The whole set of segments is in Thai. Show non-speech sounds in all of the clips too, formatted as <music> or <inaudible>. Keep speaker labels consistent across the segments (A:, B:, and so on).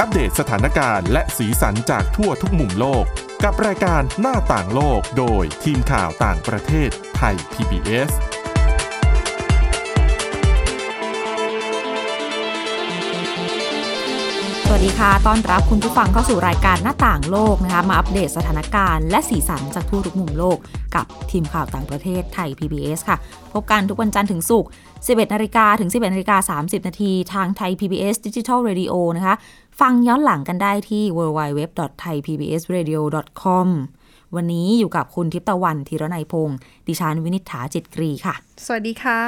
A: อัปเดตสถานการณ์และสีสันจากทั่วทุกมุมโลก กับรายการหน้าต่างโลกโดยทีมข่าวต่างประเทศไทย PBS
B: สวัสดีค่ะ ต้อนรับคุณผู้ฟังเข้าสู่รายการหน้าต่างโลกนะคะ มาอัปเดตสถานการณ์และสีสันจากทั่วทุกมุมโลกกับทีมข่าวต่างประเทศไทย PBS ค่ะ พบกันทุกวันจันทร์ถึงศุกร์ 11 นาฬิกาถึง 11 นาฬิกา 30 นาทีทางไทย PBS Digital Radio นะคะ ฟังย้อนหลังกันได้ที่ www.thaipbsradio.com วันนี้อยู่กับคุณทิพย์ตะวันธีรนัยพงศ์ดิฉันวินิษฐาจิตกรีค่ะ
C: สวัสดีค่ะ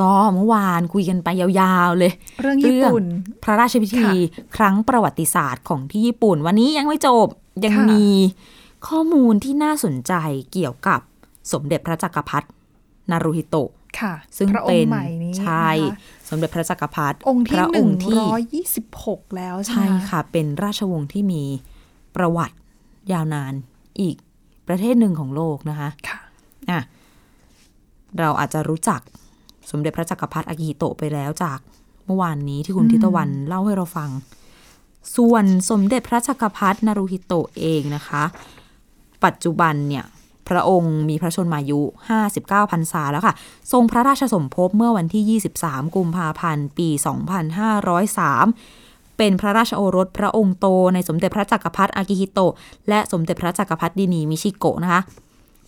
B: ก็เมื่อวานคุยกันไปยาวๆเลย
C: เรื่องญี่ปุ่น
B: พระราชพิธี
C: ค่ะ
B: ครั้งประวัติศาสตร์ของที่ญี่ปุ่น วันนี้ยังไม่จบ ยัง
C: ค่ะ
B: มีข้อมูลที่น่าสนใจเกี่ยวกับสมเด็จพระจักรพรรดินารูฮิโตะ
C: ค่ะ
B: ซึ่ง
C: พระอง
B: เป็น
C: ค์ใหม่นี้
B: ใช่
C: นะคะ
B: สมเด็จพระจักรพรรดิ
C: องค์
B: พ
C: ที่
B: ระ
C: ห
B: อ
C: นึ่
B: ง
C: ง
B: ค์ที่
C: ร้อยยี่สิบหกแล้วใช่
B: ใช่
C: ไหม
B: ค่ะ เป็นราชวงศ์ที่มีประวัติยาวนานอีกประเทศหนึ่งของโลกนะคะ
C: ค่ะ
B: อ่ะเราอาจจะรู้จักสมเด็จพระจักรพรรดิอากิฮิโตะไปแล้วจากเมื่อวานนี้ที่คุณทิตวันเล่าให้เราฟัง ส่วนสมเด็จพระจักรพรรดินารูฮิโตะเองนะคะ ปัจจุบันเนี่ย พระองค์มีพระชนมายุ 59พรรษาแล้วค่ะ ทรงพระราชสมภพเมื่อวันที่ 23 กุมภาพันธ์ ปี 2503 เป็นพระราชโอรสพระองค์โตในสมเด็จพระจักรพรรดิอากิฮิโตะและสมเด็จพระจักรพรรดินีมิชิโกะนะคะ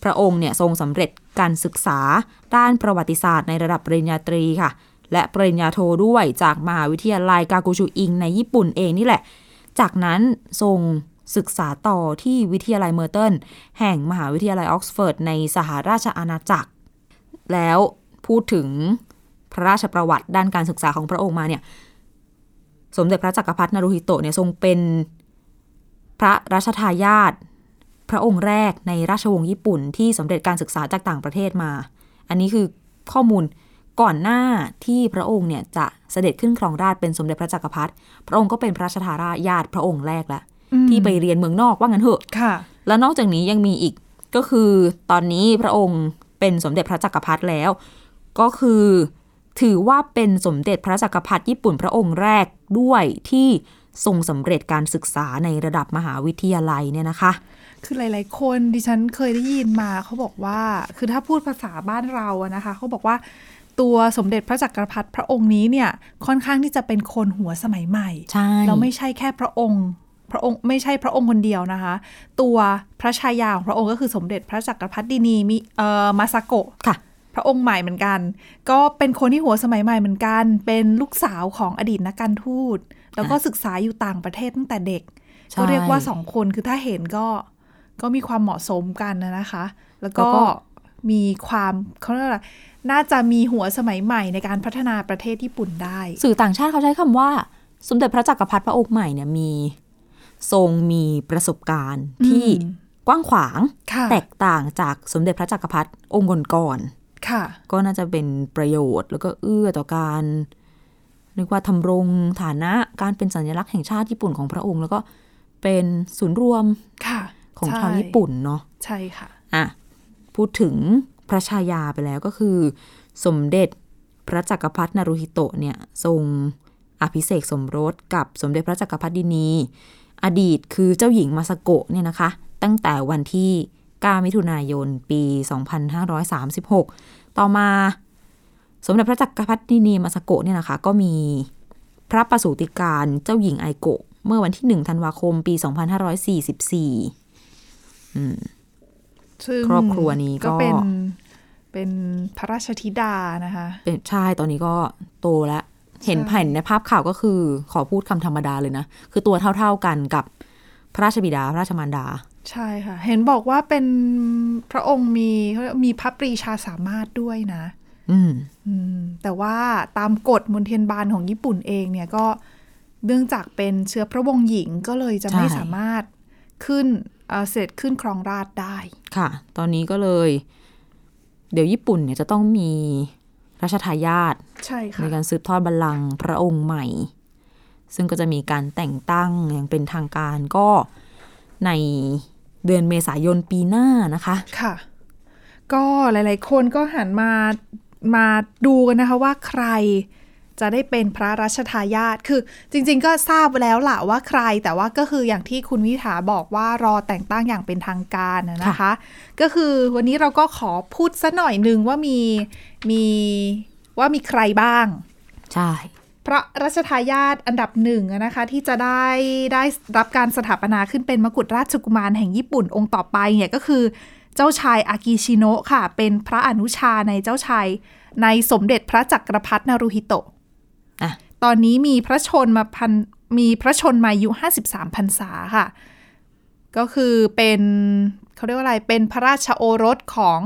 B: พระองค์เนี่ยทรงสำเร็จการศึกษาด้านประวัติศาสตร์ในระดับปริญญาตรีค่ะ และปริญญาโทด้วยจากมหาวิทยาลัยกากูชูอิงในญี่ปุ่นเองนี่แหละ จากนั้นทรงศึกษาต่อที่วิทยาลัยเมอร์เตินแห่งมหาวิทยาลัยออกซฟอร์ดในสหราชอาณาจักร แล้วพูดถึงพระราชประวัติด้านการศึกษาของพระองค์มาเนี่ย สมเด็จพระจักรพรรดินารูฮิโตะเนี่ยทรงเป็นพระราชทายาท พระองค์แรกในราชวงศ์ญี่ปุ่นที่สำเร็จการศึกษาจากต่างประเทศมา อันนี้คือข้อมูลก่อนหน้าที่พระองค์เนี่ยจะเสด็จขึ้นครองราชย์เป็นสมเด็จพระจักรพรรดิ พระองค์ก็เป็นพระราชทายาทพระองค์แรกละ
C: อืม
B: ที่ไปเรียนเมืองนอกว่างั้นเถอะ
C: ค่ะ
B: แล้วนอกจากนี้ยังมีอีกก็คือตอนนี้พระองค์เป็นสมเด็จพระจักรพรรดิแล้ว ก็คือถือว่าเป็นสมเด็จพระจักรพรรดิญี่ปุ่นพระองค์แรกด้วยที่ทรงสำเร็จการศึกษาในระดับมหาวิทยาลัยเนี่ยนะคะ
C: คือหลาย ๆ คนดิฉันเคยได้ยินมาเขาบอกว่า คือถ้าพูดภาษาบ้านเราอะนะคะเขาบอกว่าตัวสมเด็จพระจักรพรรดิพระองค์นี้เนี่ยค่อนข้างที่จะเป็นคนหัวสมัยใหม่
B: ใช่
C: แล้วไม่ใช่แค่พระองค์ พระองค์ไม่ใช่พระองค์คนเดียวนะคะ ตัวพระชายาของพระองค์ก็คือสมเด็จพระจักรพรรดินีมิเอ่อมาซาโกะ
B: ค่ะ
C: พระองค์ใหม่เหมือนกัน ก็เป็นคนที่หัวสมัยใหม่เหมือนกัน เป็นลูกสาวของอดีตนักการทูต แล้วก็ศึกษาอยู่ต่างประเทศตั้งแต่เด็ก
B: ใช่
C: ก็เรียกว่าสองคนคือถ้าเห็นก็ก็มีความเหมาะสมกันนะนะคะ แล้ว
B: แล้
C: ก็
B: วก็
C: มีความเขาเรียกว่าอะไรน่าจะมีหัวสมัยใหม่ในการพัฒนาประเทศญี่ปุ่นได้
B: สื่อต่างชาติเขาใช้คำว่า สมเด็จพระจักรพรรดิพระองค์ใหม่เนี่ยมี ทรงมีประสบการณ์ที่
C: อืม
B: กว้างขวาง
C: ค่ะ
B: แตกต่างจากสมเด็จพระจักรพรรดิองค์ก่อน
C: ค่ะ
B: ๆก็น่าจะเป็นประโยชน์ แล้วก็เอื้อต่อการเรียกว่าทำรงฐานะการเป็นสัญลักษณ์แห่งชาติญี่ปุ่นของพระองค์ แล้วก็เป็นศูนย์รวม
C: ค่ะ
B: ของ
C: ใ
B: ชาวญี่ปุ่นเนาะ
C: ใช่ค่ะ
B: อ่ะ พูดถึงพระชายาไปแล้วก็คือ สมเด็จพระจักรพรรดินารูฮิโตะเนี่ย ทรงอภิเษกสมรสกับสมเด็จพระจักรพรรดินี อดีตคือเจ้าหญิงมาซาโกะเนี่ยนะคะ ตั้งแต่วันที่ 9 มิถุนายน ปี 2536 ต่อมาสมเด็จพระจักรพรรดินีมาซาโกะเนี่ยนะคะ ก็มีพระประสูติการเจ้าหญิงไอโกะ เมื่อวันที่ 1 ธันวาคม ปี 2544
C: ซึ่ง
B: ครอบครัวนี้ก็
C: เป็นเป็นพระราชธิดานะคะ
B: เป็นใช่ตอนนี้ก็โตแล้ว เห็น
C: ใช่
B: แผ่นในภาพข่าวก็คือขอพูดคำธรรมดาเลยนะ คือตัวเท่าๆกันกับพระราชบิดา พระราชมารดา
C: ใช่ค่ะ เห็นบอกว่าเป็นพระองค์มีเขาเรียกมีพระปรีชาสามารถด้วยนะ
B: อืม
C: อืมแต่ว่าตามกฎมนเทียนบานของญี่ปุ่นเองเนี่ยก็เนื่องจากเป็นเชื้อพระวงศ์หญิงก็เลยจะ
B: ใช่
C: ไม่สามารถขึ้นเอ่อเสร็จขึ้นครองราชย์ได้
B: ค่ะ ตอนนี้ก็เลย เดี๋ยวญี่ปุ่นเนี่ยจะต้องมีราชทายาท
C: ใช่
B: ใน
C: ค่ะ
B: การสืบทอดบัลลังก์พระองค์ใหม่ ซึ่งก็จะมีการแต่งตั้งอย่างเป็นทางการก็ในเดือนเมษายนปีหน้านะคะ
C: ค่ะ ก็หลาย ๆ คนก็หันมามาดูกันนะคะว่าใคร จะได้เป็นพระราชทายาทคือจริง ๆ ก็ทราบแล้วล่ะว่าใคร แต่ว่าก็คืออย่างที่คุณวิถาบอกว่ารอแต่งตั้งอย่างเป็นทางการนะนะคะ ก็คือวันนี้เราก็ขอพูดซะหน่อยหนึงว่ามีมีว่ามีใครบ้าง
B: ใช่
C: พระราชทายาทอันดับหนึ่งอะนะคะ ที่จะได้ได้รับการสถาปนาขึ้นเป็นมกุฎราชกุมารแห่งญี่ปุ่นองค์ต่อไปเนี่ยก็คือเจ้าชายอากิชิโนะค่ะ เป็นพระอนุชาในเจ้าชายในสมเด็จพระจักรพรรดินารูฮิโตะ
B: อ่ะ
C: ตอนนี้มีพระชนมาพันมีพระชนมายุ 53พรรษาค่ะ ก็คือเป็นเขาเรียกว่าอะไรเป็นพระราชโอรสของ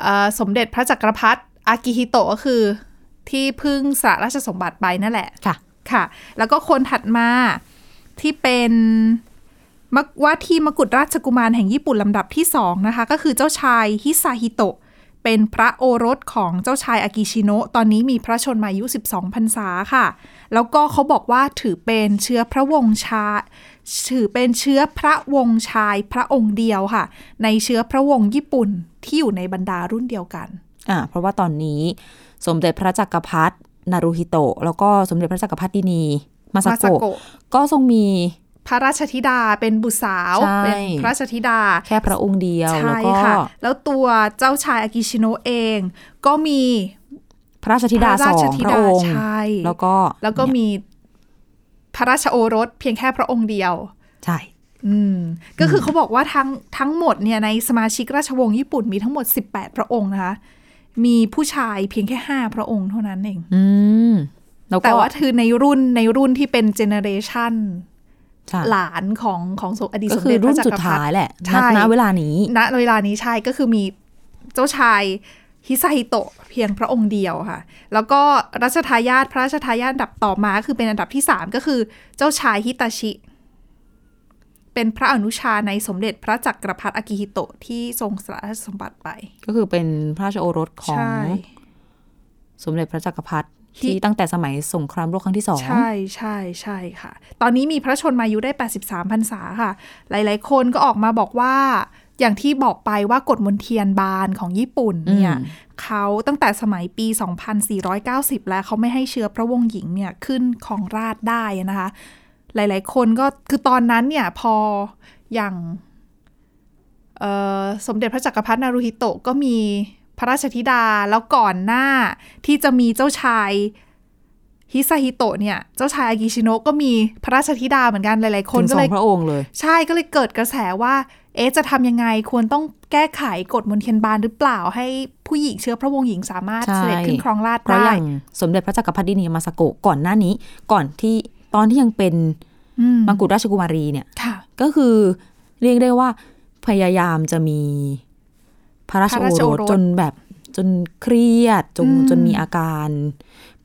C: เออสมเด็จพระจักรพรรดิอากิฮิโตะก็คือ ที่เพึ่งสละราชสมบัติไปนั่นแหละ
B: ค่ะ
C: ค่ะ แล้วก็คนถัดมาที่เป็นมกว่าที่มกุฎราชกุมารแห่งญี่ปุ่นลำดับที่สองนะคะ ก็คือเจ้าชายฮิซาฮิโตะ เป็นพระโอรสของเจ้าชายอากิชิโนะตอนนี้มีพระชนมายุ 12พรรษาค่ะ แล้วก็เขาบอกว่าถือเป็นเชื้อพระวงศ์ชา ถือเป็นเชื้อพระวงศ์ชายพระองค์เดียวค่ะ ในเชื้อพระวงศ์ญี่ปุ่นที่อยู่ในบรรดารุ่นเดียวกัน
B: อ่าเพราะว่าตอนนี้สมเด็จพระจักรพรรดินารูฮิโตะแล้วก็สมเด็จพระจักรพรรดินีมาซา
C: มาซา
B: โกะ
C: โกะ
B: ก็ทรงมี
C: พระราชธิดาเป็นบุตรสาว
B: ใช่
C: เป็นพระราชธิดา
B: แค่พระองค์เดียวแล้ว
C: ใช่
B: ก็
C: ค่ะ แล้วตัวเจ้าชายอากิชิโนะเองก็มี
B: พระราชธิดา
C: พระ
B: ส
C: รา
B: อ
C: ช
B: ง
C: ธิ
B: พระ
C: ดา
B: องค์
C: ใช่
B: แล้วก็
C: แล้วก็มีพระราชโอรสเพียงแค่พระองค์เดียว
B: ใช่
C: อืม ก็คือเขาบอกว่าทั้งทั้งหมดเนี่ยในสมาชิกราชวงศ์ญี่ปุ่นมีทั้งหมด 18 พระองค์นะคะ มีผู้ชายเพียงแค่ 5 พระองค์เท่านั้นเอง
B: อืมแล้ว
C: แต่
B: ก็
C: ว่าคือในรุ่นในรุ่นที่เป็นเจเนเรชัน
B: ใช่
C: หลานของของสมอดีต
B: ก็
C: สม
B: คือ
C: เด็จพ
B: รุ่
C: ระ
B: น
C: จัก
B: สุ
C: ร
B: ด
C: พรร
B: ท้าย
C: ดิ
B: แหละ
C: ใช่
B: ณณเวลานี้
C: ณเวลานี้ใช่ก็คือมีเจ้าชายฮิซาฮิโตะเพียงพระองค์เดียวค่ะ แล้วก็รัชทายาทพระราชทายาทอันดับต่อมาคือเป็นอันดับที่ 3 ก็คือเจ้าชายฮิตาชิ เป็นพระอนุชาในสมเด็จพระจักรพรรดิอากิฮิโตะที่ทรงสละราชสมบัติไป
B: ก็คือเป็นพระราชโอรสของ
C: ใช่
B: สมเด็จพระจักรพรรดิ
C: ที่
B: ที่ตั้งแต่สมัยสงครามโลกครั้งที่สอง
C: ใช่ใช่ใช่ค่ะ ตอนนี้มีพระชนมายุได้ 83พรรษาค่ะ หลาย ๆ คนก็ออกมาบอกว่า อย่างที่บอกไปว่ากฎมนเทียนบานของญี่ปุ่นเนี่ย
B: อืม
C: เขาตั้งแต่สมัยปี 2490 แล้วเขาไม่ให้เชื้อพระวงศ์หญิงเนี่ยขึ้นของราชย์ได้นะคะ หลาย ๆ คนก็คือตอนนั้นเนี่ยพออย่างเอ่อสมเด็จพระจักรพรรดินารูฮิโตะก็มีพระราชธิดาแล้วก่อนหน้าที่จะมีเจ้าชาย ฮิซาฮิโตะเนี่ย เจ้าชายอากิชิโนะก็มีพระราชธิดาเหมือนกันหลาย ๆ คน
B: ถึง
C: ก็
B: สอ
C: เล
B: ง
C: ย
B: พระองค์เลย
C: ใช่ก็เลยเกิดกระแสว่า เอ๊ะจะทำยังไงควรต้องแก้ไขกฎมนเทียนบานหรือเปล่าให้ผู้หญิงเชื้อพระวงศ์หญิงสามารถ
B: ใช่
C: เสด็จขึ้นครองราชย์
B: เพราะอ
C: ได้
B: ย่างสมเด็จพระจักรพรรดินีมาสโกะก่อนหน้านี้ ก่อนที่ตอนที่ยังเป็น
C: อืม
B: มังกรราชกุมารีเนี่ย
C: ค่ะ
B: ก็คือเรียกได้ว่าพยายามจะมีพระราช
C: พระราช
B: โอร
C: โอร
B: ส
C: ส
B: จนแบบจนเครียดจน
C: อืม
B: จนมีอาการ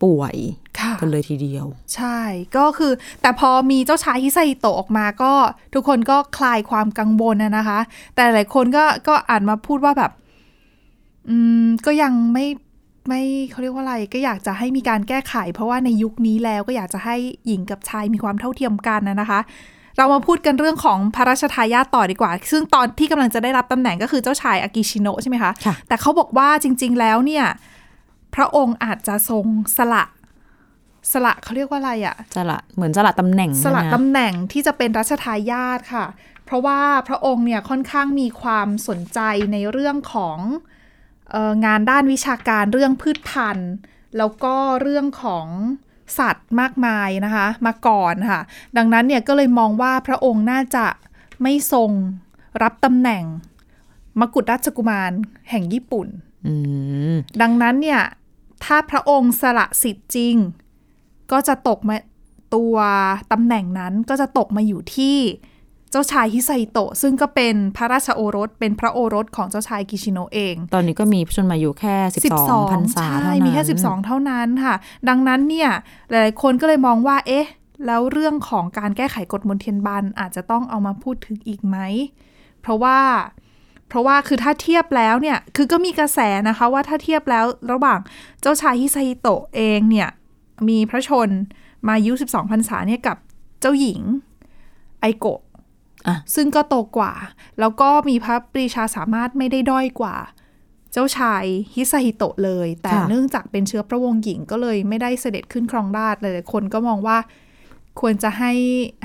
B: ป่วย
C: ค่ะ
B: กันเลยทีเดียว
C: ใช่ก็คือแต่พอมีเจ้าชายฮิซาฮิโตะออกมาก็ทุกคนก็คลายความกังวลนะนะคะ แต่หลายคนก็ก็อ่านมาพูดว่าแบบ อืมก็ยังไม่ไม่เขาเรียกว่าอะไร ก็อยากจะให้มีการแก้ไข เพราะว่าในยุคนี้แล้วก็อยากจะให้หญิงกับชายมีความเท่าเทียมกันนะนะคะ เรามาพูดกันเรื่องของพระราชทายาทต่อดีกว่า ซึ่งตอนที่กำลังจะได้รับตำแหน่งก็คือเจ้าชายอากิชิโนะใช่ไหมคะ
B: ค่ะ
C: แต่เขาบอกว่าจริง ๆ แล้วเนี่ย พระองค์อาจจะทรงสละสละเขาเรียกว่าอะไรอะ
B: สละเหมือนสละตำแหน่ง
C: สละ
B: ใช่ไหม
C: ตำแหน่งที่จะเป็นรัชทายาทค่ะ เพราะว่าพระองค์เนี่ยค่อนข้างมีความสนใจในเรื่องของเอองานด้านวิชาการเรื่องพืชพันธุ์ แล้วก็เรื่องของสัตว์มากมายนะคะ มาก่อนค่ะ ดังนั้นเนี่ยก็เลยมองว่าพระองค์น่าจะไม่ทรงรับตำแหน่งมกุฎราชกุมารแห่งญี่ปุ่น
B: อืม
C: ดังนั้นเนี่ย ถ้าพระองค์สละสิทธิ์จริง ก็จะตกมาตัวตำแหน่งนั้นก็จะตกมาอยู่ที่เจ้าชายฮิไซโตะ ซึ่งก็เป็นพระราชโอรส เป็นพระโอรสของเจ้าชายกิชิโนะเอง
B: ตอนนี้ก็มีผู้ชนมาอยู่แค่สิบสองพันษา
C: ใช่
B: เท่านั้น
C: มีแค่ 12 เท่านั้นค่ะ ดังนั้นเนี่ย หลายๆคนก็เลยมองว่า เอ๊ะ แล้วเรื่องของการแก้ไขกฎมนเทียนบานอาจจะต้องเอามาพูดถึงอีกไหม เพราะว่า เพราะว่าคือถ้าเทียบแล้วเนี่ย คือก็มีกระแสนะคะว่าถ้าเทียบแล้วระหว่างเจ้าชายฮิซาฮิโตะเองเนี่ย มีพระชนมายุ 12พรรษาเนี่ยกับเจ้าหญิงไอโกะ
B: อ่ะ
C: ซึ่งก็โตกว่า แล้วก็มีพระปรีชาสามารถไม่ได้ด้อยกว่า เจ้าชายฮิซาฮิโตะเลย แต่
B: ค่ะ
C: เนื่องจากเป็นเชื้อพระวงศ์หญิงก็เลยไม่ได้เสด็จขึ้นครองราชย์หลายๆคนก็มองว่าควรจะให้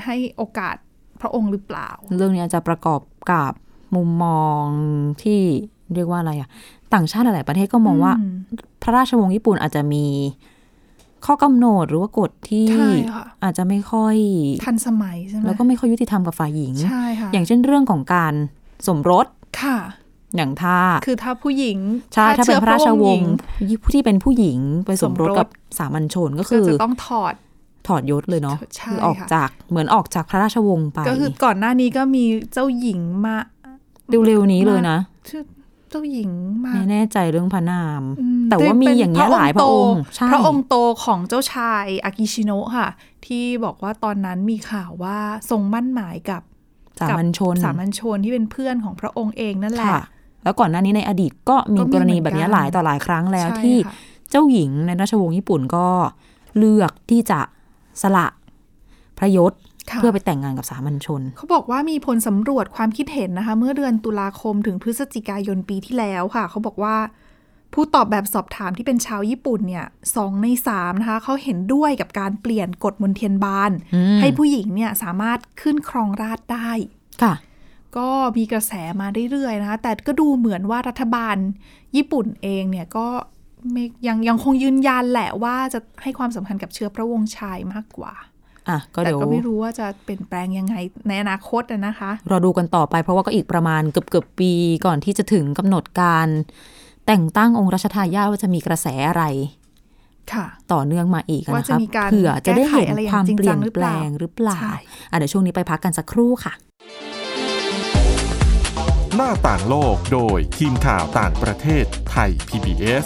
C: ให้โอกาสพระองค์หรือเปล่า
B: เรื่องนี้อาจจะประกอบกับมุมมองที่เรียกว่าอะไรอะต่างชาติหลายๆประเทศก็มองว่า พระราชวงศ์ญี่ปุ่นอาจจะมีข้อกำหนดหรือว่ากฎที่
C: ใช่ค่ะ
B: อาจจะไม่ค่อย
C: ทันสมัยใช่ไหม
B: แล้วก็ไม่ค่อยยุติธรรมกับฝ่ายหญิง
C: ใช่ค่ะ
B: อย่างเช่นเรื่องของการสมรส
C: ค่ะ
B: อย่างถ้า
C: คือถ้าผู้หญิง
B: ใช่ถ้าเป็นพระราชวงศ์
C: หญิ
B: ที่เป็นผู้หญิงไปสมรส
C: สมรส
B: กับสามัญชนก็
C: ก็
B: คือ
C: จะต้องถอด
B: ถอดยศเลยเนาะ
C: ใช่
B: คือออก
C: ค่ะ
B: จากเหมือนออกจากพระราชวงศ์ไป
C: ก็คือก่อนหน้านี้ก็มีเจ้าหญิงมา
B: เร็วๆนี้เลยนะ
C: ชื่อเจ้าหญิงมา
B: ไม่แน่ใจเรื่องพระนาม
C: อืม
B: แต่ว่ามีอย่างเงี้ย
C: เป็น
B: หลายพระองค์
C: โต
B: ใช่
C: พระองค์โตของเจ้าชายอากิชิโนะค่ะ ที่บอกว่าตอนนั้นมีข่าวว่าทรงมั่นหมายกับ
B: สามัญชน
C: สามัญชนที่เป็นเพื่อนของพระองค์เองนั่นแหละ
B: ค่ะ แล้วก่อนหน้านี้ในอดีตก็มีก
C: ก็มี
B: รณีแบบเนี้ย
C: เหมือนกั
B: ห
C: น
B: ลายต่อหลายครั้งแล้ว
C: ใช่
B: ที่
C: ค่ะ
B: เจ้าหญิงในราชวงศ์ญี่ปุ่นก็เลือกที่จะสละพระยศ
C: ค่ะ
B: เพื่อไปแต่งงานกับสามัญชน
C: เขาบอกว่ามีผลสำรวจความคิดเห็นนะคะ เมื่อเดือนตุลาคมถึงพฤศจิกายนปีที่แล้วค่ะ เขาบอกว่า ผู้ตอบแบบสอบถามที่เป็นชาวญี่ปุ่นเนี่ยสองในสามนะคะเขาเห็นด้วยกับการเปลี่ยนกฎมนเทียนบาน
B: อืม
C: ให้ผู้หญิงเนี่ยสามารถขึ้นครองราชย์ได้
B: ค่ะ
C: ก็มีกระแสมาเรื่อยๆนะคะ แต่ก็ดูเหมือนว่ารัฐบาลญี่ปุ่นเองเนี่ยก็ไม่ยังยังคงยืนยันแหละว่าจะให้ความสำคัญกับเชื้อพระวงศ์ชายมากกว่า
B: อ่ะ ก็
C: แต่
B: เดี๋ยว
C: ก็ไม่รู้ว่าจะเปลี่ยนแปลงยังไงในอนาคตอะนะคะ
B: รอดูกันต่อไป เพราะว่าก็อีกประมาณเกือบเกือบๆปีก่อนที่จะถึงกำหนดการ แต่งตั้งองค์รัชทายาทว่าจะมีกระแสอะไร
C: ค่ะ
B: ต่อเนื่องมาอีก
C: ว่า
B: นะ
C: จะ
B: คะ
C: มีการ
B: เผื่อจะได้เห็น
C: แก้ไขอะไรอย่า
B: ควางม
C: จริง
B: เปลี่ยน
C: จังหรือ
B: แป
C: เป
B: ล
C: ล่าง
B: หรือเปล่า
C: ใช่
B: อ่ะเดี๋ยวช่วงนี้ไปพักกันสักครู่ค่ะ
A: หน้าต่างโลกโดยทีมข่าวต่างประเทศไทย PBS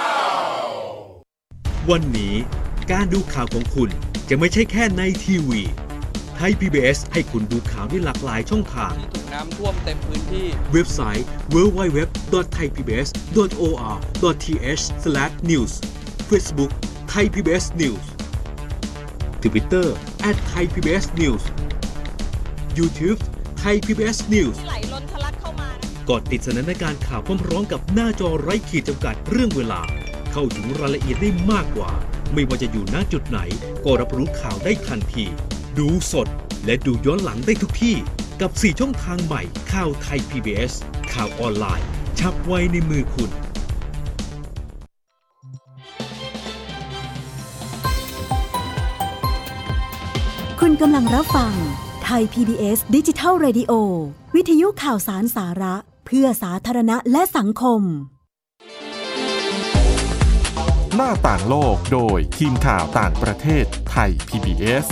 D: วันนี้การดูข่าวของคุณจะไม่ใช่แค่ในทีวี ไทย PBS ให้คุณดูข่าวได้หลากหลายช่องทาง
E: ที่ถูกน้ำท่วมเต็มพื้นที่
D: เว็บไซต์ www.thaipbs.or.th/news Facebook Thai PBS News Twitter @thaipbsnews YouTube Thai PBS News
F: ไหลล้นทะลักเข้ามา
D: กดติดสนันในการข่าวพร้อมๆกับหน้าจอไร้ขีดจำกัดเรื่องเวลา เข้าถึงรายละเอียดได้มากกว่า ไม่ว่าจะอยู่ณจุดไหน ก็รับรู้ข่าวได้ทันที ดูสดและดูย้อนหลังได้ทุกที่ กับ 4 ช่องทางใหม่ข่าวไทย PBS ข่าวออนไลน์ ชับไว้ในมือคุณ
G: คุณกำลังรับฟังไทย PBS ดิจิทัล Radio วิทยุข่าวสารสาระ เพื่อสาธารณะและสังคม
A: หน้าต่างโลกโดยทีมข่าวต่างประเทศไทย PBS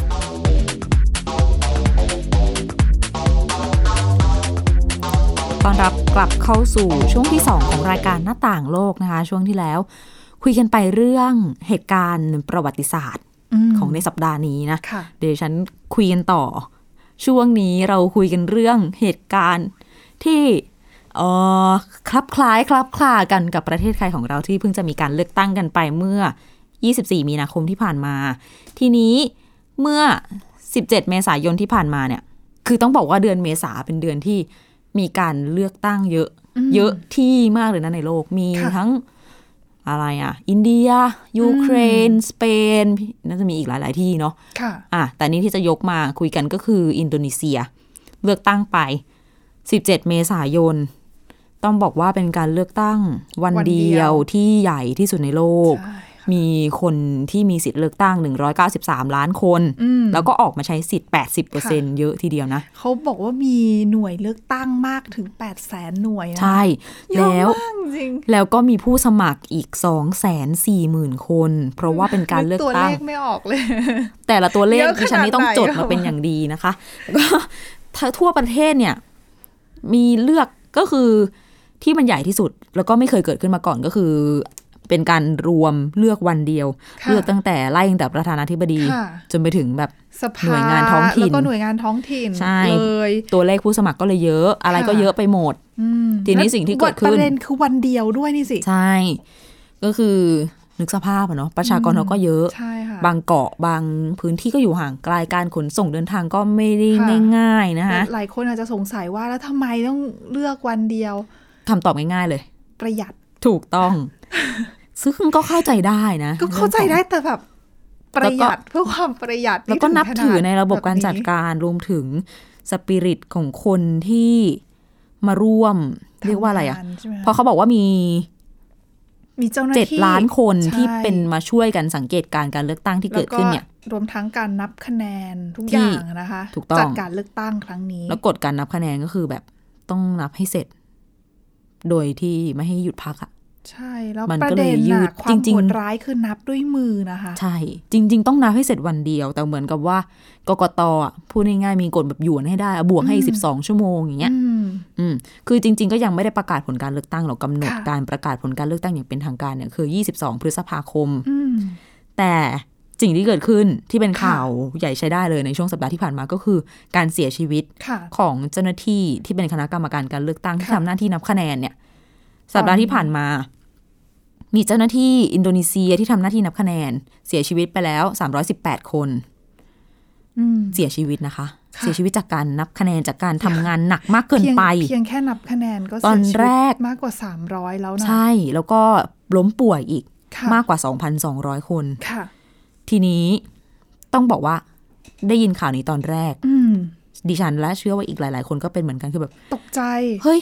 B: ตอนรับกลับเข้าสู่ช่วงที่ 2 ของรายการหน้าต่างโลกนะคะ ช่วงที่แล้ว คุยกันไปเรื่องเหตุการณ์ประวัติศาสตร์ของในสัปดาห์นี้นะ
C: ค่ะ
B: เดี๋ยวฉันคุยกันต่อ ช่วงนี้เราคุยกันเรื่องเหตุการณ์ที่เออคลับคล้ายคลับคลากันกับประเทศไทยของเราที่เพิ่งจะมีการเลือกตั้งกันไปเมื่อ 24 มีนาคมที่ผ่านมา ทีนี้เมื่อ 17 เมษายนที่ผ่านมาเนี่ย คือต้องบอกว่าเดือนเมษาเป็นเดือนที่มีการเลือกตั้งเยอะ เยอะที่มากเลยนะในโลกมี
C: ค่ะ
B: ทั้ง อะไรอ่ะ อินเดีย ยูเครน สเปนน่าจะมีอีกหลาย ๆ ที่เนาะ
C: ค่ะ
B: อ่ะแต่นี้ที่จะยกมาคุยกันก็คืออินโดนีเซีย เลือกตั้งไป 17 เมษายน ต้องบอกว่าเป็นการเลือกตั้งวัน
C: วันเดี
B: เดี
C: ย
B: ยว วที่ใหญ่ที่สุดในโลก
C: ใช่
B: มีคนที่มีสิทธิ์เลือกตั้ง 193 ล้านคน
C: อืม
B: แล้วก็ออกมาใช้สิทธิ์ 80%เ
C: ค่ะ
B: ยอะทีเดียวนะ
C: เขาบอกว่ามีหน่วยเลือกตั้งมากถึง 8 0 0แสนหน่วยนะ
B: ใช่
C: เยอะ
B: แล้ว
C: มากจริง
B: แล้วก็มีผู้สมัครอีก 240,000 คน เพราะว่าเป็นการเลือก
C: ตัวเล
B: ตั้ง
C: ขไม่ออกเลย
B: แต่ละตัวเลข
C: เยอะขนาด
B: ดิฉันนี่ต้องจดมา
C: ไหนอะ
B: เป็นอย่างดีนะคะ <laughs> ก็ถ้าทั่วประเทศเนี่ย มีเลือกก็คือที่มันใหญ่ที่สุด แล้วก็ไม่เคยเกิดขึ้นมาก่อนก็คือ เป็นการรวมเลือกวันเดียว
C: ค่ะ
B: เลือกตั้งแต่ไล่ตั้งแต่ประธานาธิบดี
C: ค่ะ
B: จนไปถึงแบบ
C: สภา
B: หน่วยงานท้องถิ่น
C: แล้วก็หน่วยงานท้องถิ่น
B: ใช่
C: เลย
B: ตัวเลขผู้สมัครก็เลยเยอะ อะไรก็
C: ค่ะ
B: เยอะไปหมด
C: อืม
B: ทีนี้สิ่งที่เกิดขึ้น
C: ประเด็นคือวันเดียวด้วยนี่สิ
B: ใช่ ก็คือนึกสภาพอะเนาะประชากรเขาก็เยอะ
C: ใช่ค่ะ
B: บางเกาะบางพื้นที่ก็อยู่ห่างไกลการขนส่งเดินทางก็ไม่ได้
C: ค่ะ
B: ง่าย ๆ นะคะ
C: หลายคนอาจจะสงสัยว่าแล้วทำไมต้องเลือกวันเดียว
B: คำตอบง่ายๆเลย
C: ประหยัด
B: ถูกต้อง <laughs> ซึ่งก็เข้าใจได้นะ
C: ก็เข้าใจได้แต่แบบประหยัดเพื่อความประหยัด
B: เรื่องของแล้วก็นับถือในระบบการจัด
C: ร
B: การรวมถึงสปิริตของคนที่มาร่วม เรียกว่าอะไรอ่ะ
C: ทำงานใช่ไหมคะ
B: เพราะเขาบอกว่ามี
C: มีเจ้าหน้า
B: เจ็ด
C: ที่
B: ล้านคนที่
C: ใช่
B: เป็นมาช่วยกันสังเกตการณ์การเลือกตั้งที่เกิดขึ้นเนี่ย
C: แล้วก็รวมทั้งการนับคะแนนทุก
B: ที่
C: อย่างนะคะ
B: ถูกต้อง
C: จัดการเลือกตั้งครั้งนี้
B: แล้วกฎการนับคะแนนก็คือแบบต้องนับให้เสร็จ โดยที่ไม่ให้หยุดพักอ่ะ
C: ใช่แล้ว
B: มัน
C: ประ
B: ก็เลย
C: เด็น
B: ยื
C: น่ะ
B: ด
C: ความ
B: จริง
C: โห
B: ๆ
C: ดร้ายคือนับด้วยมือนะคะ
B: ใช่ จริง ๆ ต้องนับให้เสร็จวันเดียว แต่เหมือนกับว่ากกตอ่ะพูดง่ายๆมีกฎแบบหยวนให้ได้อะบวกให้
C: อืม
B: สิบสองชั่วโมงอย่างเงี้ย
C: อืม
B: อืมคือจริง ๆ ก็ยังไม่ได้ประกาศผลการเลือกตั้งหรอกกำหนด
C: ค่ะ
B: การประกาศผลการเลือกตั้งอย่างเป็นทางการเนี่ยคือ 22 พฤษภาคม
C: อืม
B: แต่สิ่งที่เกิดขึ้นที่เป็น
C: ค่ะ
B: ข่าวใหญ่ใช้ได้เลยในช่วงสัปดาห์ที่ผ่านมาก็คือ การเสียชีวิต
C: ค่ะ
B: ของเจ้าหน้าที่ที่เป็นคณะกรรมการการเลือกตั้งที่
C: ค่ะ
B: ทำหน้าที่นับคะแนนเนี่ย สัปดาห์ที่ผ่านมา มีเจ้าหน้าที่อินโดนีเซียที่ทำหน้าที่นับคะแนน เสียชีวิตไปแล้ว 318 คน
C: อืม
B: เสียชีวิตนะคะ
C: ค่ะ
B: เสียชีวิตจากการนับคะแนนจากการทำงานหนักมากเกินไป
C: พียงเพียงแค่นับคะแนนก็
B: ตอน
C: เสียชีวิ
B: แรก
C: มากกว่า 300 แล้วนะ
B: ใช่ แล้วก็ล้มป่วยอีก
C: ค่ะ
B: มากกว่า 2,200 คน
C: ค่ะ
B: ทีนี้ต้องบอกว่าได้ยินข่าวนี้ตอนแรก
C: อืม
B: ดิฉันและเชื่อว่าอีกหลาย ๆ คนก็เป็นเหมือนกันคือแบบ
C: ตกใจ
B: เฮ้ย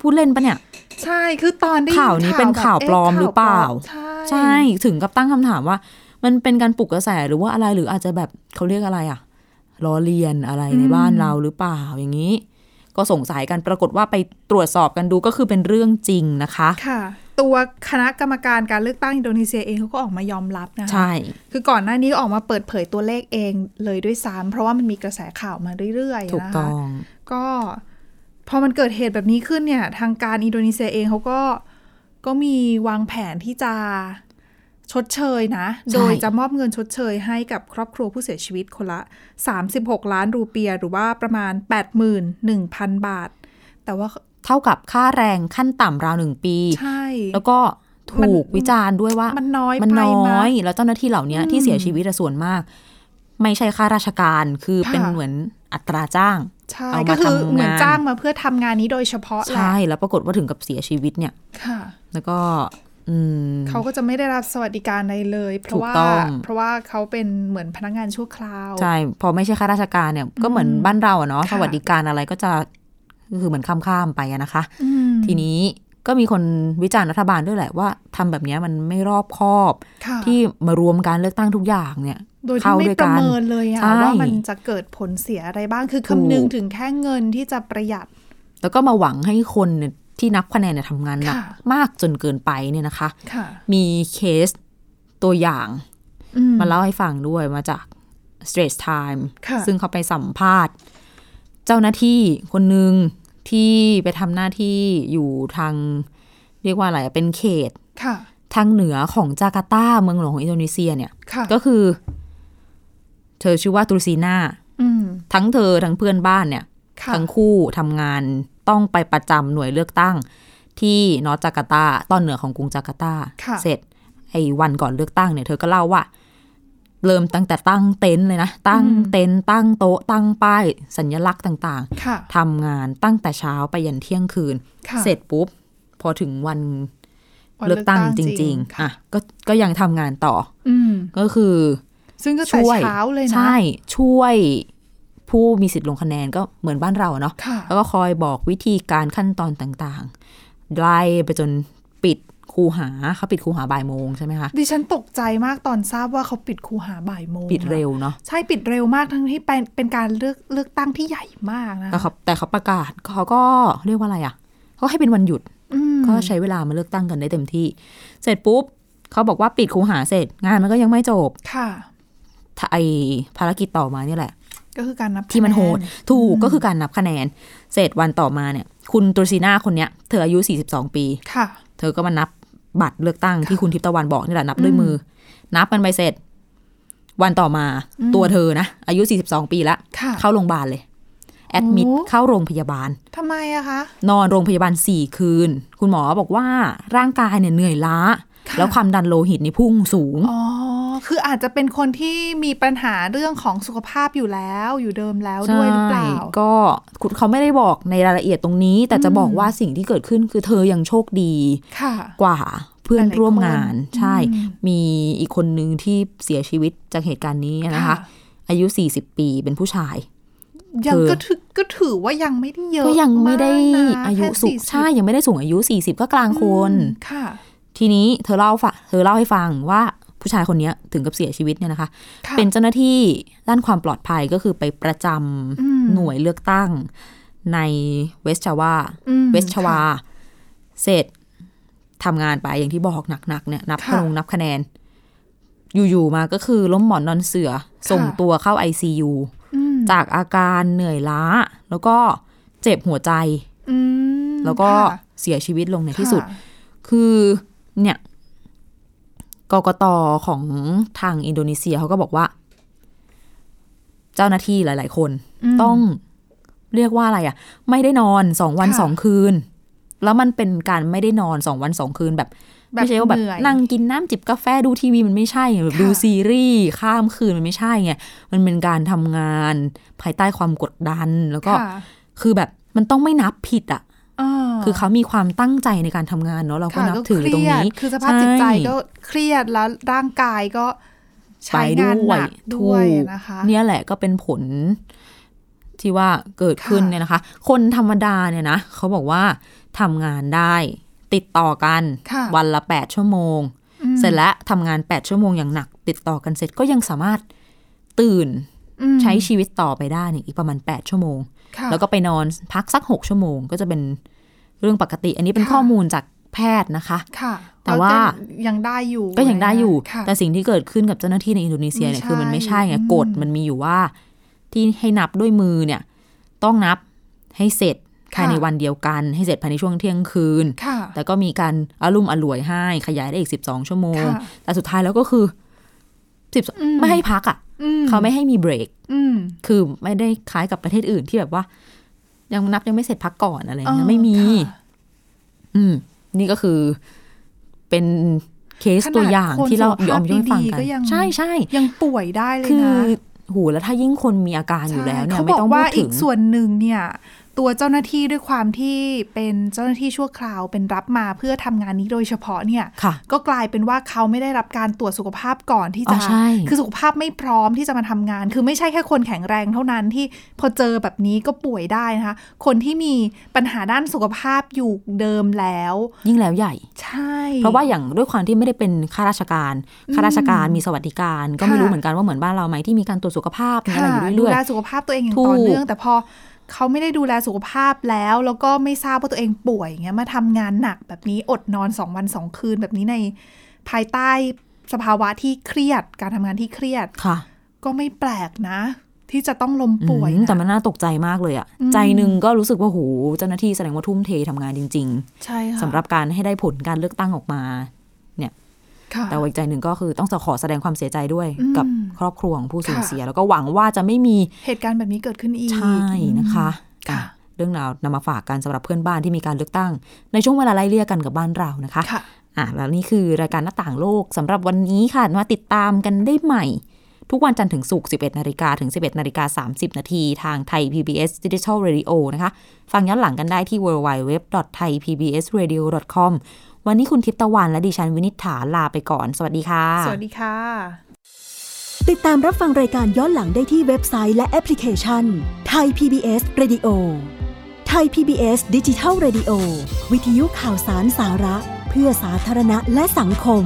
B: พูดเล่นปะเนี่ย
C: ใช่คือตอนได้ยิ
B: ข่าวนี้เป็น
C: แบบ
B: ข่าวปลอม
C: ะ
B: หรือเปล่า
C: ใช่
B: ใช่ ถึงกับตั้งคำถามว่า มันเป็นการปลุกกระแสหรือว่าอะไรหรืออาจจะแบบเขาเรียกอะไรอะล้อเลียนอะไรใน
C: อืม
B: บ้านเราหรือเปล่าอย่างนี้ ก็สงสัยกันปรากฏว่าไปตรวจสอบกันดูก็คือเป็นเรื่องจริงนะคะ
C: ค่ะ ตัวคณะกรรมการการเลือกตั้งอินโดนีเซียเองเขาก็ออกมายอมรับนะคะ
B: ใช่
C: คือก่อนหน้านี้ก็ออกมาเปิดเผยตัวเลขเองเลยด้วยซ้ำเพราะว่ามันมีกระแสข่าวมาเรื่อย
B: ถู
C: ๆ
B: ก
C: นะ
B: ต้
C: คะ
B: อง
C: ก็พอมันเกิดเหตุแบบนี้ขึ้นเนี่ย ทางการอินโดนีเซียเองเขาก็ก็มีวางแผนที่จะชดเชยนะ
B: ใช่
C: โดยจะมอบเงินชดเชยให้กับครอบครัวผู้เสียชีวิตคนละ 36 ล้านรูเปียหรือว่าประมาณ 81,000 บาท แต่ว่า
B: เท่ากับค่าแรงขั้นต่ำราวหนึ่งปี
C: ใช่
B: แล้วก็ถูกวิจารณ์ด้วยว่า
C: มันน้อย
B: มันน้
C: ไป
B: อย
C: มั้ย
B: แล้วเจ้าหน้าที่เหล่านี้ที่เสียชีวิตอะส่วนมาก ไม่ใช่ข้าราชการคือเป็น
C: ค่ะ
B: เหมือนอัตราจ้าง
C: ใช่
B: เอามา
C: ก็คือ
B: ทำงาน
C: เหมือนจ้างมาเพื่อทำงานนี้โดยเฉพาะแหละ
B: ใช่แล้วปรากฏว่าถึงกับเสียชีวิตเนี่ย
C: ค่ะ
B: แล้วก็ อืม
C: เขาก็จะไม่ได้รับสวัสดิการใดเลย เพราะว่า
B: ถูกต้อง
C: เพราะว่าเขาเป็นเหมือนพนักงานชั่วคราว
B: ใช่พอไม่ใช่ข้าราชการเนี่ย ก็เหมือนบ้านเราอะเนาะ
C: ค่ะ
B: สวัสดิการอะไรก็จะคือเหมือนข้ามข้ามๆไปอะนะคะ
C: อืม
B: ทีนี้ก็มีคนวิจารณ์รัฐบาลด้วยแหละว่าทำแบบเนี้ยมันไม่รอบคอบ
C: ค่ะ
B: ที่มารวมการเลือกตั้งทุกอย่างเนี่ย
C: โดยที่
B: เข้า
C: ไม่
B: ด้วย
C: ป
B: กั
C: ระ
B: น
C: เมินเลยอะ
B: ใช่
C: ว่ามันจะเกิดผลเสียอะไรบ้างคือ
B: ถูก
C: คำนึงถึงแค่เงินที่จะประหยัด
B: แล้วก็มาหวังให้คนเนี่ยที่นับคะแนนเนี่ยทำงานหนัก
C: ค่ะ
B: มากจนเกินไปเนี่ยนะคะ
C: ค่ะ
B: มีเคสตัวอย่าง
C: อืม
B: มาเล่าให้ฟังด้วยมาจาก Straits Time
C: ค่ะ
B: ซึ่งเขาไปสัมภาษณ์ เจ้าหน้าที่คนหนึ่งที่ไปทำหน้าที่อยู่ทาง เรียกว่าอะไรอะเป็นเขต
C: ค่ะ
B: ทางเหนือของจาการ์ตาเมืองหลวงของอินโดนีเซียเนี่ย
C: ค่ะ
B: ก็คือ เธอชื่อว่าตูซีนา
C: อืม
B: ทั้งเธอ ทั้งเพื่อนบ้านเนี่ย
C: ค่ะ
B: ทั้งคู่ทำงานต้องไปประจำหน่วยเลือกตั้ง ที่นอร์ทจาการ์ตาตอนเหนือของกรุงจาการ์ตา
C: ค่ะ
B: เสร็จไอ้วันก่อนเลือกตั้งเนี่ยเธอก็เล่าว่า เริ่มตั้งแต่ตั้งเต็นท์เลยนะ ตั้งเต็นท์ตั้งโต๊ะตั้งป้ายสัญลักษณ์ต่าง
C: ค่ะ
B: ๆทำงานตั้งแต่เช้าไปยันเที่ยงคืน
C: ค่ะ
B: เสร็จปุ๊บ พอถึงวัน
C: วัน
B: เลือกตั้งจริง ๆ
C: ค่ะ
B: อ่ะก็ก็ยังทำงานต่อ
C: อืม
B: ก็คือ
C: ซึ่งก็แต่
B: ช่วย
C: เช้าเลยนะ
B: ใช่ช่วยผู้มีสิทธิ์ลงคะแนนก็เหมือนบ้านเราอะเนาะ
C: ค่ะ
B: แล้วก็คอยบอกวิธีการขั้นตอนต่างๆไล่ไปจนปิด คูหาเขาปิดคูหาบ่ายโมงใช่ไหมคะ
C: ดิฉันตกใจมากตอนทราบว่าเขาปิดคูหาบ่ายโมง
B: ปิดเร็วเนาะ
C: ใช่ปิดเร็วมากทั้งที่เป็นเป็นการเลือกเลือกตั้งที่ใหญ่มากนะ
B: แต่เขาแต่เขาประกาศเขาก็เรียกว่าอะไรอ่ะเขาให้เป็นวันหยุด
C: อืม
B: ก็ใช้เวลามาเลือกตั้งกันได้เต็มที่ เสร็จปุ๊บเขาบอกว่าปิดคูหาเสร็จ งานมันก็ยังไม่จบ
C: ค่ะ
B: ถ้าไอภารกิจต่อมาเนี่ยแหละ
C: ก็คือการนับ
B: ที่มันโหด
C: คะแ
B: ถูกก็คือการนับคะแนน เสร็จวันต่อมาเนี่ย คุณตุลซีนาคนเนี้ยเธออายุ 42 ปี
C: นค่ะ
B: เธอก็มานับบัตรเลือกตั้งที่คุณทิพย์ตะวันบอกนี่แหละนับด้วยมือ นับกันไปเสร็จ วันต่อมาตัวเธอนะ อายุ 42 ปีละ
C: ค่ะ
B: เข้าโรงพยาบาลเลย แอดมิด
C: โอ้
B: เข้าโรงพยาบาล
C: ทำไมอะคะ
B: นอนโรงพยาบาล 4 คืน คุณหมอบอกว่าร่างกายเนี่ยเหนื่อยล้า
C: ค่ะ
B: แล้วความดันโลหิตนี่พุ่งสูง
C: อ๋อ คืออาจจะเป็นคนที่มีปัญหาเรื่องของสุขภาพอยู่แล้วอยู่เดิมแล้วด้วยหรือเปล่า
B: ใช่ก็คุณเขาไม่ได้บอกในรายละเอียดตรงนี้ แต่จะบอกว่าสิ่งที่เกิดขึ้นคือเธอยังโชคดี
C: ค่ะ
B: กว่าเพื่อนร่วมงาน
C: หลายคน
B: ใช่
C: อืม
B: มีอีกคนนึงที่เสียชีวิตจากเหตุการณ์นี้นะคะ อายุ 40 ปีเป็นผู้ชาย
C: ยัง
B: คือ
C: ก็ถือก็ถือว่ายังไม่ได้เยอะ
B: ก็ยังไม่ได้
C: กนะ
B: อายุ
C: แค่
B: สูง
C: บ
B: ใช่ยังไม่ได้สูงอายุ 40 ก็กลางคน
C: ค่ะ
B: ทีนี้เธอเล่าฝะเธอเล่าให้ฟังว่าผู้ชายคนเนี้ยถึงกับเสียชีวิตเนี่ยนะคะ
C: ค่ะ
B: เป็นเจ้าหน้าที่ด้านความปลอดภัยก็คือไปประจ
C: อืม
B: ำหน่วยเลือกตั้งในเวสชาวา
C: อืม
B: เวสชาวา เสร็จทำงานไปอย่างที่บอกหนักๆเนี่ยนับ
C: ค่ะ
B: คะนงนับคะแนน อยู่ๆมาก็คือล้มหมอนนอนเสือ ส่งตัวเข้า ICU
C: อืม
B: จากอาการเหนื่อยล้า แล้วก็เจ็บหัวใจ
C: อืม
B: แล้วก็
C: ค่ะ
B: เสียชีวิตลงในที่สุด
C: ค่ะ
B: คือเนี่ยกกตของทางอินโดนีเซียเขาก็บอกว่า เจ้าหน้าที่หลาย ๆ คน
C: ม
B: ต้องเรียกว่าอะไรอะ่ะ ไม่ได้นอนสองวัน
C: ค่ะ
B: สองคืน แล้วมันเป็นการไม่ได้นอนสองวันสองคืนแบบ
C: แบบ
B: ไม่ใช่ว่าแบบ
C: เหนื่อย
B: นั่งกินน้ำจิบกาแฟดูทีวีมันไม่ใช่ไงแบบ
C: ค่ะ
B: ดูซีรีส์ข้ามคืนมันไม่ใช่ไงมันเป็นการทำงานภายใต้ความกดดัน แล้วก็
C: ค่ะ
B: คือแบบมันต้องไม่นับผิดอ่ะ
C: อ่า
B: คือเขามีความตั้งใจในการทำงานเนาะเราก็
C: ค่ะ
B: นับถือตรงนี้
C: ก็เคยดคือสภาพจิตใจก็
B: ช่
C: เครียดแล้วร่างกายก็ใช้
B: ไป
C: งาน
B: ด้
C: ห
B: วย
C: นักด้วย
B: ถูก
C: นะคะ
B: เนี่ยแหละก็เป็นผลที่ว่าเกิดขึ้น
C: ค่ะ
B: เนี่ยนะคะ คนธรรมดาเนี่ยนะเขาบอกว่าทำงานได้ติดต่อกัน
C: ค่ะ
B: วันละ 8 ชั่วโมง
C: อืม
B: เสร็จแล้วทำงาน 8 ชั่วโมงอย่างหนัก ติดต่อกันเสร็จก็ยังสามารถตื่น
C: อืม
B: ใช้ชีวิตต่อไปได้เนี่ยอีกประมาณ 8 ชั่วโมง
C: ค่ะ
B: แล้วก็ไปนอนพักสัก 6 ชั่วโมง ก็จะเป็นเรื่องปกติ อันนี้เป็น
C: ค่ะ
B: ข้อมูลจากแพทย์นะคะ
C: ค่ะ
B: แต่ว่า
C: ก็ยังได้อยู่
B: ก็ยังได้อยู่
C: ค่ะ
B: แต่สิ่งที่เกิดขึ้นกับเจ้าหน้าที่ในอินโดนีเซียเนี่ย
C: ไม่ใช่
B: คือมันไม่ใช่ไง
C: อืม
B: กฎมันมีอยู่ว่า ที่ให้นับด้วยมือเนี่ย ต้องนับให้เสร็จภายในวันเดียวกัน ให้เสร็จภายในช่วงเที่ยงคืน
C: ค่ะ
B: แต่ก็มีการอารุ่มอร่วยให้ขยายได้อีก 12 ชั่วโมง
C: ค่ะ
B: แต่สุดท้ายแล้วก็คือสิบ
C: อืม
B: ไม่ให้พักอ่ะ
C: อื
B: เขาไม่ให้มีเบรก
C: อืม
B: คือไม่ได้คล้ายกับประเทศอื่นที่แบบว่า ยังนับยังไม่เสร็จพักก่อนอะไรอย่างเงี้ย
C: เออ
B: ไม่มี
C: ค่ะ
B: อืม นี่ก็คือเป็นเคสตัวอย่างที่เรา
C: ขนาดคน
B: ยอมยกให้ฟังกั
C: สุขภา
B: น
C: พดีก็ยัง
B: ใช่ใช่
C: ยังป่วยได้เลยนะ
B: คือโหูแล้วถ้ายิ่งคนมีอาการอยู่แล้วเนี่ย
C: เขา
B: ไม่
C: บอก
B: ต้องพู
C: ว่า
B: ด
C: อี
B: ถึ
C: ก
B: ง
C: ส่วนหนึ่งเนี่ยตัวเจ้าหน้าที่ด้วยความที่เป็นเจ้าหน้าที่ชั่วคราวเป็นรับมาเพื่อทำงานนี้โดยเฉพาะเนี่ย
B: ค่ะ
C: ก็กลายเป็นว่าเขาไม่ได้รับการตรวจสุขภาพก่อนที่จะ
B: อ๋อใช่
C: คือสุขภาพไม่พร้อมที่จะมาทำงาน คือไม่ใช่แค่คนแข็งแรงเท่านั้นที่พอเจอแบบนี้ก็ป่วยได้นะคะคนที่มีปัญหาด้านสุขภาพอยู่เดิมแล้ว
B: ยิ่งแล้วใหญ่
C: ใช่
B: เพราะว่าอย่างด้วยความที่ไม่ได้เป็นข้าราชการข้าราชการมีสวัสดิการ ก็ไม่รู้เหมือนกันว่าเหมือนบ้านเราไหมที่มีการตรวจสุขภาพมีอะไรอ
C: ค่ะ
B: ยู่
C: ดู
B: เรื่อย
C: แลสุขภาพตัวเองอย่าง
B: ถูก
C: ต่อเนื่อง แต่พอเขาไม่ได้ดูแลสุขภาพแล้ว แล้วก็ไม่ทราบว่าตัวเองป่วยอย่างเงี้ยมาทำงานหนักแบบนี้อดนอนสองวันสองคืนแบบนี้ในภายใต้สภาวะที่เครียด การทำงานที่เครียด
B: ๆค่ะ
C: ก็ไม่แปลกนะ ที่จะต้องล้มป่วย
B: อืม
C: นะ
B: แต่มันน่าตกใจมากเลยอะ
C: อืม
B: ใจหนึ่งก็รู้สึกว่าโหเจ้าหน้าที่แสดงว่าทุ่มเททำงานจริง
C: ใช่
B: ๆ
C: ค่ะ
B: สำหรับการให้ได้ผลการเลือกตั้งออกมา
C: ค่ะ
B: แต่ว่าอีกใจหนึ่งก็คือต้องขอแสดงความเสียใจด้วย
C: อืม
B: กับครอบครัวของผู้สูญ
C: ค่ะ
B: เสีย แล้วก็หวังว่าจะไม่มี
C: เหตุการณ์แบบนี้เกิดขึ้นอีก
B: ใช่นะคะ
C: ค่ะ
B: อ่ะเรื่องราวนำมาฝากกันสำหรับเพื่อนบ้านที่มีการเลือกตั้ง ในช่วงเวลาไล่เลี่ยกันกับบ้านเรานะคะ
C: ค่ะ
B: อ่ะแล้วนี่คือรายการหน้าต่างโลกสำหรับวันนี้ค่ะ มาติดตามกันได้ใหม่ ทุกวันจันทร์ถึงศุกร์ 11 นาฬิกาถึง 11 นาฬิกา 30 นาทีทางไทย PBS Digital Radio นะคะ ฟังย้อนหลังกันได้ที่ www.thaipbsradio.com วันนี้คุณทิพย์ตะวันและดิฉันวินิษฐาลาไปก่อน สวัสดีค่ะ
C: สวัสดีค่ะ
G: ติดตามรับฟังรายการย้อนหลังได้ที่เว็บไซต์และแอปพลิเคชันไทย PBS Radio ไทย PBS ดิจิทัล Radio วิทยุข่าวสารสาระ เพื่อสาธารณะและสังคม